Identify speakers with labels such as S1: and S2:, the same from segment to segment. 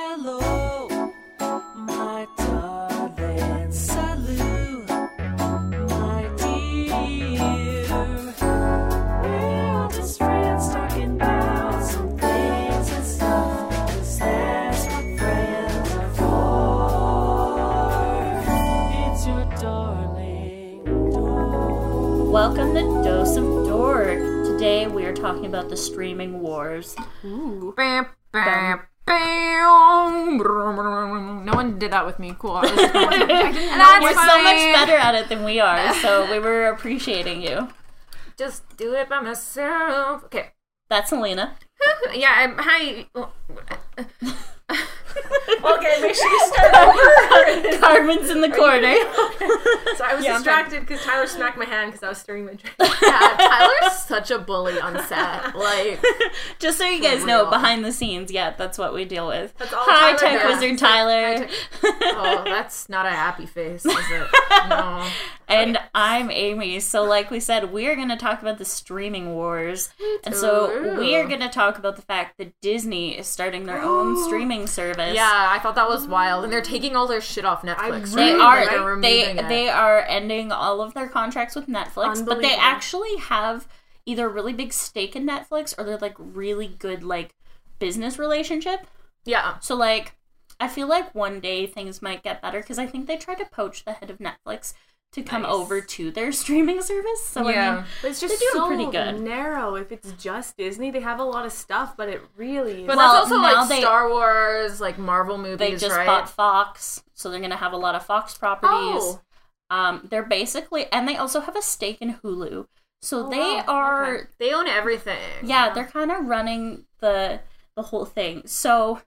S1: Hello, my darling. Salut, my dear. We're all just friends talking about some things and stuff. 'cause that's what friends are for. It's your darling.
S2: Welcome to Dose of Dork. Today we are talking about the streaming wars.
S3: No one did that with me. Cool. I was- That's
S2: You're so
S3: fine.
S2: much better at it than we are, so we were appreciating you.
S3: Just do it by myself. Okay.
S2: That's Selena.
S3: Yeah. I'm, hi.
S2: Okay, make sure you start over. Carmen's in the corner.
S4: So I was
S2: Yeah, I'm fine.
S4: distracted because Tyler smacked my hand because I was stirring my drink.
S5: Yeah, Tyler's such a bully on set. Like,
S2: Just so you guys know, behind the scenes, yeah, that's what we deal with.
S4: That's all
S2: Hi,
S4: Tyler
S2: Tech
S4: does.
S2: Wizard Tyler.
S5: oh, that's not a happy face, is it? No.
S2: And I'm Amy. So, like we said, we are going to talk about the streaming wars. And so, we are going to talk about the fact that Disney is starting their own streaming service.
S5: Yeah, I thought that was wild. And they're taking all their shit off Netflix.
S2: They
S5: right?
S2: are
S5: They're
S2: they
S5: removing it.
S2: they are ending all of their contracts with Netflix, but they
S4: Unbelievable.
S2: actually have either a really big stake in Netflix or they're like really good like business relationship.
S5: yeah.
S2: So like I feel like one day things might get better because I think they tried to poach the head of Netflix to come over to their streaming service. So I mean,
S3: Yeah.
S4: But it's just
S2: They're doing
S4: so
S2: pretty good.
S4: narrow. If it's just Disney, they have a lot of stuff, but it really.
S5: But
S4: But
S2: Well,
S5: that's also
S2: now
S5: like
S2: they-
S5: Star Wars, like Marvel movies,
S2: they just
S5: right?
S2: bought Fox, so they're gonna have a lot of Fox properties.
S5: Oh.
S2: Um, they're basically and they also have a stake in Hulu. So they
S5: Oh, wow,
S2: are
S5: Okay. They own everything.
S2: yeah they're kind of running the the whole thing so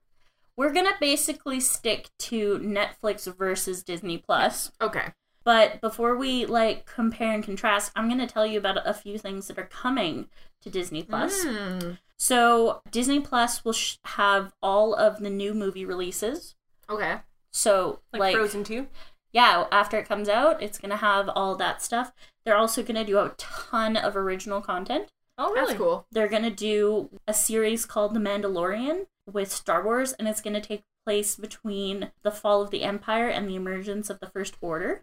S2: we're gonna basically stick to netflix versus disney plus
S5: Okay.
S2: but before we like compare and contrast i'm gonna tell you about a few things that are coming to disney plus
S4: Mm.
S5: Hmm.
S2: so disney plus will sh- have all of the new movie releases
S5: Okay.
S2: so
S4: like,
S2: like
S4: Frozen Two.
S2: yeah, after it comes out, it's gonna have all that stuff. They're also gonna do a ton of original content.
S4: Oh
S5: That's cool.
S2: they're going to do a series called The Mandalorian with Star Wars, and it's going to take place between the fall of the Empire and the emergence of the First Order.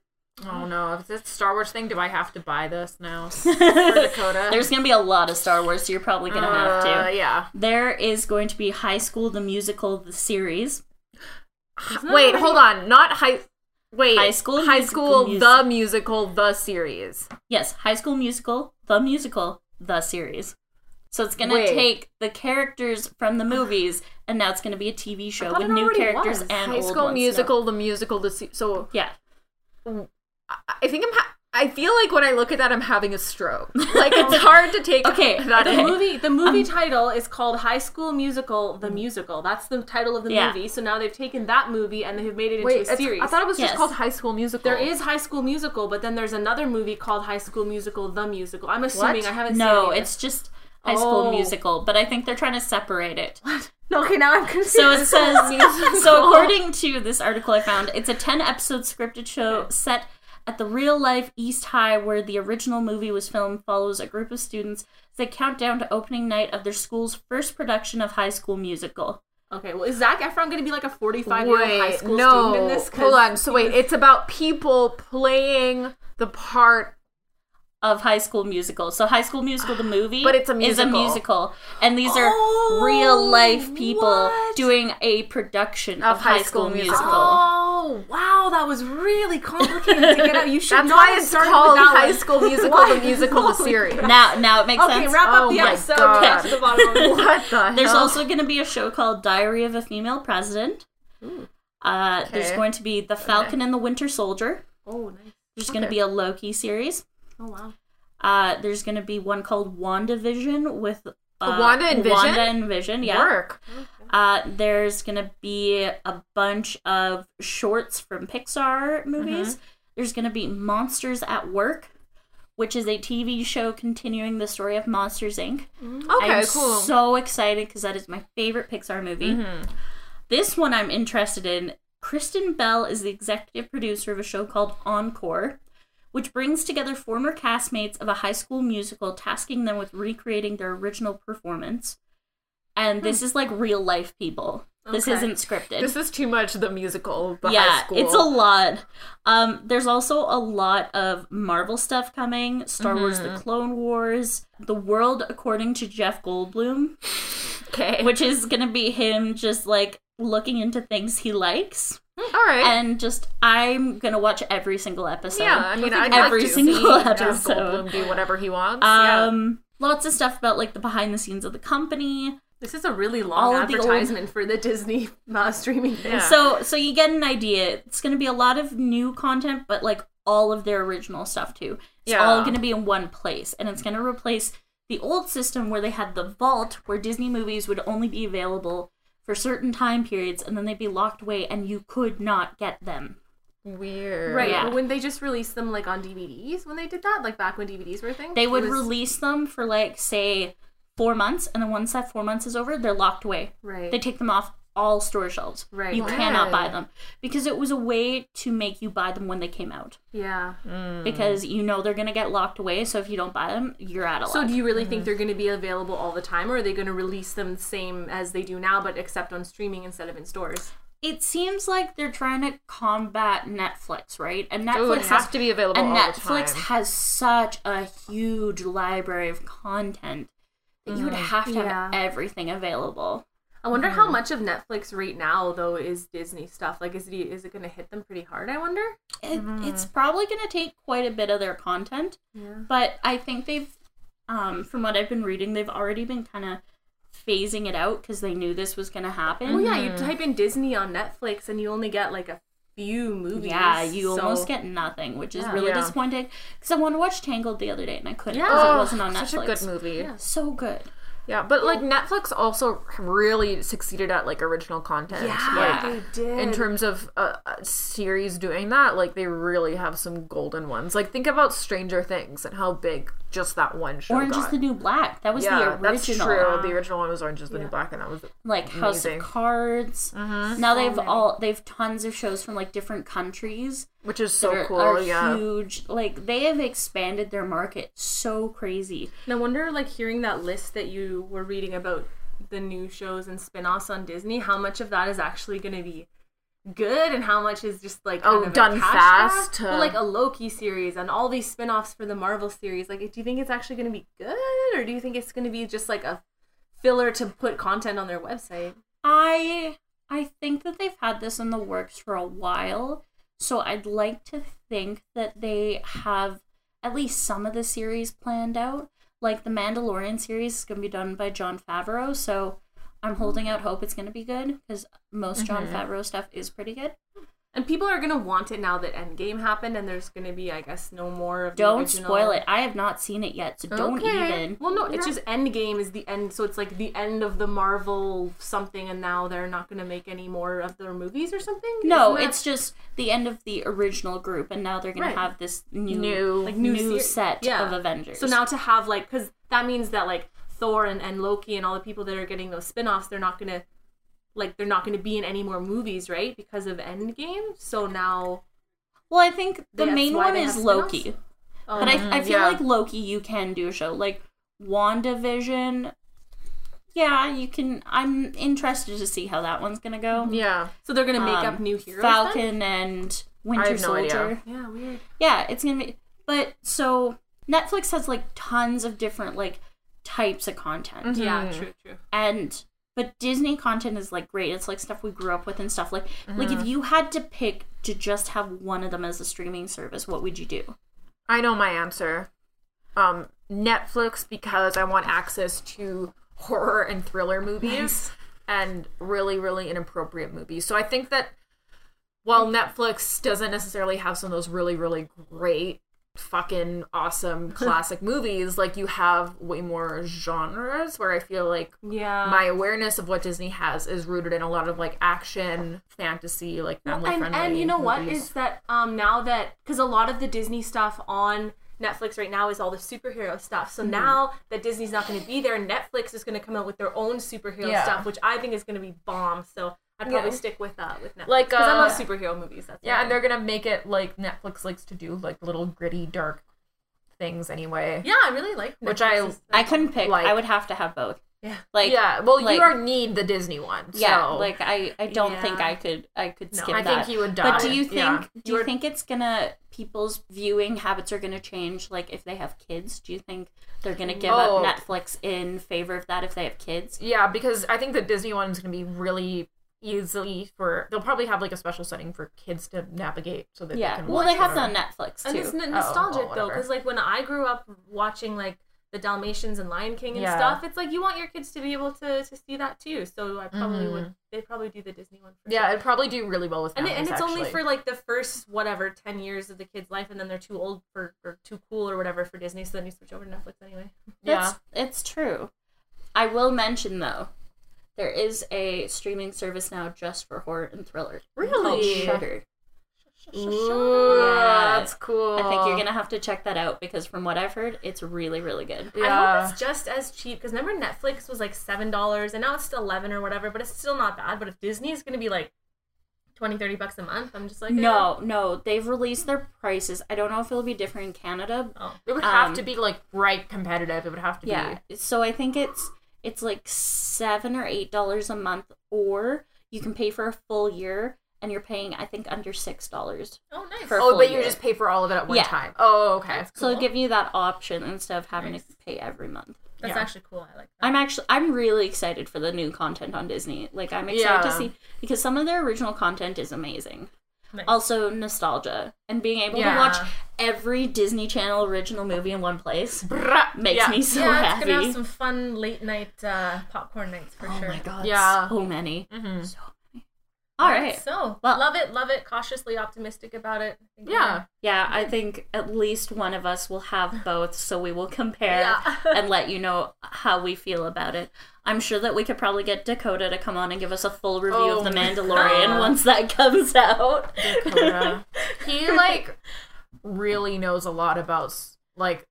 S5: Oh no, if it's a Star Wars thing, do I have to buy this now? Dakota.
S2: There's going to be a lot of Star Wars, so you're probably going to have
S5: Uh,
S2: to.
S5: yeah.
S2: There is going to be High School the Musical, the series.
S5: Wait, hold on. Not high. Wait,
S2: High School
S5: high
S2: Musical
S5: school,
S2: mus-
S5: the musical, the series.
S2: Yes, High School Musical, the musical, the series. So it's going to
S5: Wait.
S2: take the characters from the movies, and now it's going to be a TV show
S4: thought
S2: with
S4: it
S2: new
S4: already
S2: characters
S4: was.
S2: and
S5: high
S2: old
S5: school
S2: ones. No.
S5: musical, the musical, the se- so.
S2: Yeah.
S5: I- I think I'm. Ha- I feel like when I look at that, I'm having a stroke. Like it's hard to take.
S2: Okay,
S5: that
S4: The
S5: in.
S4: movie, the movie title is called High School Musical: The Musical. That's the title of the
S2: Yeah.
S4: movie. So now they've taken that movie and they've made it into
S5: Wait,
S4: a
S5: it's-
S4: series.
S5: I thought it was
S2: Yes.
S5: just called High School Musical.
S4: there is High School Musical, but then there's another movie called High School Musical: The Musical. I'm assuming I haven't seen.
S2: No,
S4: any of
S2: it's just High School
S4: Oh.
S2: Musical, but I think they're trying to separate it.
S4: this. okay. Now I'm confused.
S2: So it says so according to this article I found, it's a 10 episode scripted show set at the real life East High where the original movie was filmed follows a group of students as they count down to opening night of their school's first production of High School Musical.
S4: okay. Well, is Zach Efron going to be like a 45 year old
S5: Wait,
S4: high school
S5: no.
S4: student in this? 'Cause
S5: Hold on. So wait, it's about people playing the part.
S2: Of High School Musical. So High School Musical the movie
S5: But it's a
S2: is a
S5: musical.
S2: musical. And these are
S4: Oh,
S2: real life people
S4: what?
S2: doing a production
S5: Of
S2: of, High School, Musical.
S4: Oh wow, that was really complicated to get out. You should
S5: That's
S4: not
S5: why
S4: have
S5: it's
S4: started
S5: called
S4: with that
S5: High
S4: one.
S5: School Musical,
S4: Why?
S5: the musical, the series.
S2: Now now it makes
S4: Okay,
S2: sense.
S4: wrap up
S5: Oh
S4: the
S5: my
S4: episode.
S5: God.
S4: Get to the bottom of it.
S5: What the
S2: There's
S5: hell?
S2: also going to be a show called Diary of a Female President. Uh, There's
S5: Okay.
S2: going to be The Falcon and the Winter Soldier.
S4: Oh nice.
S2: There's going to be a Loki series.
S4: Oh wow.
S2: Uh, there's going to be one called WandaVision with uh,
S5: Wanda and Vision?
S2: Wanda and Vision, yeah.
S5: work.
S2: Uh, there's going to be a bunch of shorts from Pixar movies.
S5: Mm-hmm.
S2: There's going to be Monsters at Work, which is a TV show continuing the story of Monsters Inc.
S5: Okay,
S2: I'm
S5: cool. Mm-hmm.
S2: so excited because that is my favorite Pixar movie. This one I'm interested in. Kristen Bell is the executive producer of a show called Encore, which brings together former castmates of a high school musical, tasking them with recreating their original performance. And this is like real life people. This
S5: Hmm. Okay.
S2: isn't scripted.
S5: This is too much the musical, the
S2: yeah,
S5: high school.
S2: it's a lot. Um, there's also a lot of Marvel stuff coming: Star Wars,
S5: Mm-hmm.
S2: The Clone Wars, The World According to Jeff Goldblum,
S5: okay.
S2: which is gonna be him just like looking into things he likes,
S5: All right.
S2: and just I'm gonna watch every single episode.
S5: yeah, I mean, I'd
S2: every
S5: like to
S2: single
S5: see Jeff
S2: episode.
S5: Goldblum do whatever he wants.
S2: Um, lots of stuff about like the behind the scenes of the company.
S4: This is a really
S2: All
S4: long
S2: of the old-
S4: advertisement for the Disney uh, streaming thing.
S5: Yeah.
S2: So so you get an idea. It's going to be a lot of new content, but like all of their original stuff too. It's
S5: Yeah.
S2: all going to be in one place, and it's going to replace the old system where they had the vault, where Disney movies would only be available for certain time periods, and then they'd be locked away, and you could not get them.
S5: yeah. Weird.
S4: Right,
S2: Yeah.
S4: but when they just released them like on DVDs when they did that, like back when DVDs were a thing,
S2: They
S4: it
S2: would
S4: was-
S2: release them for like say four months, and then once that four months is over, they're locked away.
S4: right.
S2: They take them off all store shelves.
S4: Right.
S2: You cannot buy
S5: Wow.
S2: them because it was a way to make you buy them when they came out
S4: yeah.
S2: because you know they're going to get locked away. So if you don't buy them, you're out of
S4: So
S2: luck.
S4: do you really think they're going to be available all the time, or are they going to release them the same as they do now, but except on streaming instead of in stores?
S2: it seems like they're trying to combat Netflix, right? And
S5: Oh,
S2: Netflix
S5: it has to be available
S2: and
S5: all
S2: Netflix
S5: the time.
S2: has such a huge library of content that you would have to
S4: Yeah.
S2: have everything available.
S4: I wonder how much of Netflix right now though is Disney stuff. Like, is it is it going to hit them pretty hard? I wonder.
S2: It, It's probably going to take quite a bit of their content, but I think they've, um, from what I've been reading, they've already been kind of phasing it out because they knew this was going to happen.
S4: Well, Oh, yeah, you type in Disney on Netflix and you only get like a few movies.
S2: Yeah, you
S4: so-
S2: almost get nothing, which is really
S5: Yeah.
S2: disappointing. Because I wanted to watch Tangled the other day and I couldn't
S4: Yeah.
S2: because it
S5: Oh,
S2: wasn't on Netflix.
S5: such a good movie. Yeah.
S2: So good.
S5: but like Netflix also really succeeded at like original content.
S4: Yeah,
S2: Yeah.
S4: they did.
S5: in terms of uh, uh, series doing that like they really have some golden ones like think about stranger things and how big just that one show
S2: Orange
S5: got.
S2: is the New Black. That was
S5: yeah
S2: the original.
S5: that's true the original one was orange is the new black and that was
S2: Like House
S5: Amazing. Mm-hmm.
S2: of Cards. Now they've all they've tons of shows from like different countries
S5: which is
S2: that
S5: so
S2: are,
S5: cool
S2: are
S5: yeah
S2: huge. Like they have expanded their market so crazy.
S4: And I wonder, like, hearing that list that you were reading about the new shows and spin-offs on Disney, how much of that is actually going to be good and how much is just like
S5: Oh,
S4: of a
S5: done
S4: cash
S5: fast
S4: grab?
S5: to-
S4: Well, like a Loki series and all these spin-offs for the Marvel series. Like, do you think it's actually going to be good or do you think it's going to be just like a filler to put content on their website?
S2: I I think that they've had this in the works for a while, so I'd like to think that they have at least some of the series planned out. Like the Mandalorian series is going to be done by John Favreau, so I'm holding out hope it's going to be good because most John
S4: Mm-hmm.
S2: Favreau stuff is pretty good.
S4: And people are going to want it now that Endgame happened and there's going to be, I guess, no more of the
S2: Don't
S4: original-
S2: spoil it. I have not seen it yet, so don't
S5: Okay.
S2: even.
S4: Well, no, it's just Endgame is the end, so it's like the end of the Marvel something, and now they're not going to make any more of their movies or something.
S2: No,
S4: Isn't that-
S2: it's just the end of the original group, and now they're going
S4: Right.
S2: to have this new,
S5: New-
S2: like new,
S4: seri-
S2: set
S4: Yeah.
S2: of Avengers.
S4: So now to have like, because that means that like Thor and, and Loki and all the people that are getting those spin-offs, they're not going to like they're not going to be in any more movies, right? Because of Endgame. So now,
S2: well, I think the
S4: That's
S2: main
S4: why
S2: one
S4: they
S2: is
S4: have
S2: Loki.
S4: spin-offs? Mm-hmm,
S2: But
S4: um,
S2: I, I feel
S5: yeah.
S2: like Loki, you can do a show like WandaVision. Yeah, you can. I'm interested to see how that one's gonna go.
S5: yeah
S4: so they're going to make
S2: Um,
S4: up new heroes. then?
S2: Falcon and Winter
S5: I have no idea.
S2: Soldier.
S4: Yeah, weird.
S2: Yeah, it's gonna be. But so Netflix has like tons of different like types of content,
S4: Yeah, true, true.
S2: and but Disney content is like great. It's like stuff we grew up with and stuff like like
S4: Mm-hmm.
S2: if you had to pick to just have one of them as a streaming service, what would you do?
S5: i know my answer um netflix because i want access to horror and thriller movies and really really inappropriate movies so i think that while Netflix doesn't necessarily have some of those really, really great, fucking awesome classic movies, like you have way more genres where I feel like
S4: Yeah.
S5: my awareness of what Disney has is rooted in a lot of like action, fantasy, like
S4: Well,
S5: family
S4: and,
S5: friendly.
S4: and you know what
S5: movies.
S4: is that um now that because a lot of the disney stuff on netflix right now is all the superhero stuff
S5: Mm-hmm.
S4: so now that disney's not going to be there netflix is going to come out with their own superhero
S5: Yeah.
S4: stuff which i think is going to be bomb so i'd probably
S5: Yeah.
S4: stick with uh with netflix
S5: Like,
S4: 'Cause i love
S5: uh,
S4: superhero movies that's
S5: Yeah,
S4: why.
S5: and they're gonna make it like Netflix likes to do, like little gritty, dark things anyway.
S4: yeah i really like
S5: Which
S4: Netflix's-
S2: I couldn't pick.
S5: Like-
S2: I would have to have both. Like
S5: yeah, well,
S2: like-
S5: you are need the Disney one. So.
S2: yeah, like I I don't
S4: Yeah.
S2: think I could I could
S4: No,
S2: skip
S5: I
S2: that.
S5: think you would die.
S2: but do you think
S5: Yeah.
S2: do you think it's gonna people's viewing habits are gonna change? Like if they have kids, do you think they're gonna give
S5: Oh.
S2: up Netflix in favor of that if they have kids?
S5: Yeah, because I think the Disney one is going to be really easily for. They'll probably have like a special setting for kids to navigate so that they
S2: Yeah.
S5: can.
S2: Well,
S5: watch
S2: they have
S5: it.
S2: that on Netflix
S4: And it's
S2: too.
S4: n-
S5: Oh,
S4: nostalgic
S5: oh,
S4: though,
S5: whatever.
S4: because like when I grew up watching like the Dalmatians and Lion King and
S5: Yeah.
S4: stuff, it's like you want your kids to be able to, to see that too. So I probably would. They probably do the Disney one. For
S5: Mm-hmm. Yeah,
S4: sure.
S5: it'd probably do really well with.
S4: and, it, and
S5: families,
S4: it's only
S5: actually.
S4: for like the first whatever ten years of the kid's life, and then they're too old for or too cool or whatever for Disney, so then you switch over to Netflix anyway.
S5: yeah.
S2: That's, it's true. I will mention though, there is a streaming service now just for horror and thriller. Called
S5: Really?
S2: Shudder.
S5: Ooh,
S2: Yeah.
S5: that's cool.
S2: I think you're gonna have to check that out because from what I've heard, it's really, really good.
S4: I
S5: Yeah.
S4: hope it's just as cheap because remember Netflix was like seven dollars and now it's eleven or whatever, but it's still not bad. But if Disney is gonna be like 20, 30 bucks a month, I'm just like eh.
S2: No, no, they've released their prices. I don't know if it'll be different in Canada.
S4: Oh.
S5: It would have
S2: Um,
S5: to be like right competitive. It would have to
S2: Yeah, so I think it's it's like seven or eight dollars a month, or you can pay for a full year, and you're paying I think under six dollars.
S4: Oh, nice.
S5: be.
S2: For-
S5: Oh,
S2: full
S5: but you
S2: year.
S5: just pay for all of it at one
S2: Yeah.
S5: time. Oh, okay.
S2: So it'll give you that option instead of having to pay every month.
S4: That's
S5: Yeah.
S4: actually cool. I like that.
S2: I'm actually I'm really excited for the new content on Disney. Like I'm excited to
S5: Yeah.
S2: see because some of their original content is amazing.
S4: Nice.
S2: Also nostalgia and being able
S5: Yeah.
S2: to watch every Disney Channel original movie in one place
S5: Bruh.
S2: makes
S5: yeah.
S2: me so
S4: yeah, it's
S2: happy.
S4: gonna have some fun late night uh, popcorn nights for
S2: oh
S4: sure. Mm-hmm.
S2: my god,
S5: Yeah.
S2: so many.
S5: Mhm.
S2: So many. All right.
S4: So
S2: Well-
S4: love it, love it. Cautiously optimistic about it. I think
S5: Yeah.
S2: Yeah, I think at least one of us will have both, so we will compare
S4: Yeah.
S2: and let you know how we feel about it. I'm sure that we could probably get Dakota to come on and give us a full review
S5: Oh
S2: of The
S5: my
S2: Mandalorian
S5: God.
S2: once that comes out.
S5: Dakota. he like really knows a lot about like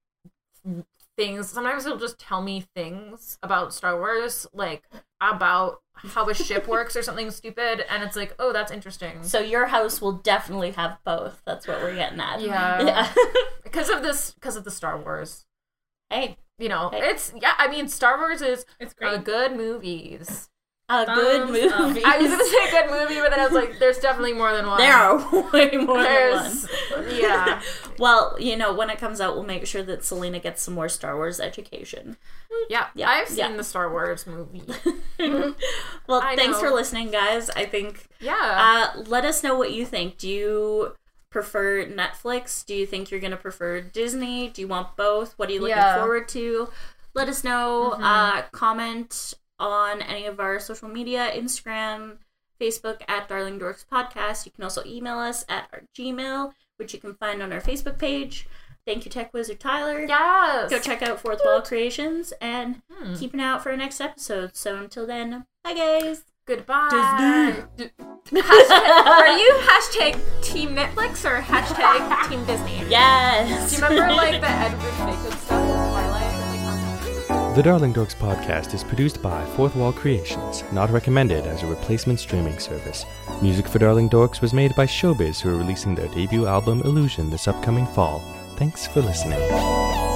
S5: things. Sometimes he'll just tell me things about Star Wars, like about how a ship works or something stupid, and it's like, oh, that's interesting.
S2: So your house will definitely have both. That's what we're getting at.
S5: Yeah. Because of this, because of the Star Wars,
S2: hey,
S5: you know,
S2: Hey.
S5: it's yeah. I mean, Star Wars is
S4: It's great.
S5: uh, good movies.
S2: a good
S4: Thumbs up.
S2: movie.
S5: I was gonna say good movie, but then I was like, there's definitely more than one.
S2: there are way more
S5: There's,
S2: than
S5: yeah.
S2: one. Well, you know, when it comes out, we'll make sure that Selena gets some more Star Wars education.
S5: Yeah,
S2: Yeah,
S5: I've seen
S2: yeah.
S5: the Star Wars movie.
S2: Well,
S5: I
S2: thanks
S5: know.
S2: for listening, guys. I think
S5: Yeah.
S2: Uh, let us know what you think. Do you prefer Netflix? Do you think you're going to prefer Disney? Do you want both? What are you looking
S5: Yeah. Mm-hmm.
S2: forward to? Let us know. Uh, comment on any of our social media Instagram, Facebook at Darling Dorks Podcast. You can also email us at our Gmail, which you can find on our Facebook page. Thank you, Tech Wizard Tyler.
S5: yes. Hmm.
S2: Go check out Fourth Wall Creations and keep an eye out for our next episode. So until then, bye guys.
S5: Goodbye.
S2: Disney.
S5: Are you hashtag Team Netflix or hashtag Team Disney?
S2: Yes.
S5: Do you remember like the Edward Jacob stuff in Twilight? Like,
S6: The Darling Dorks podcast is produced by Fourth Wall Creations, not recommended as a replacement streaming service. Music for Darling Dorks was made by Showbiz, who are releasing their debut album Illusion this upcoming fall. Thanks for listening.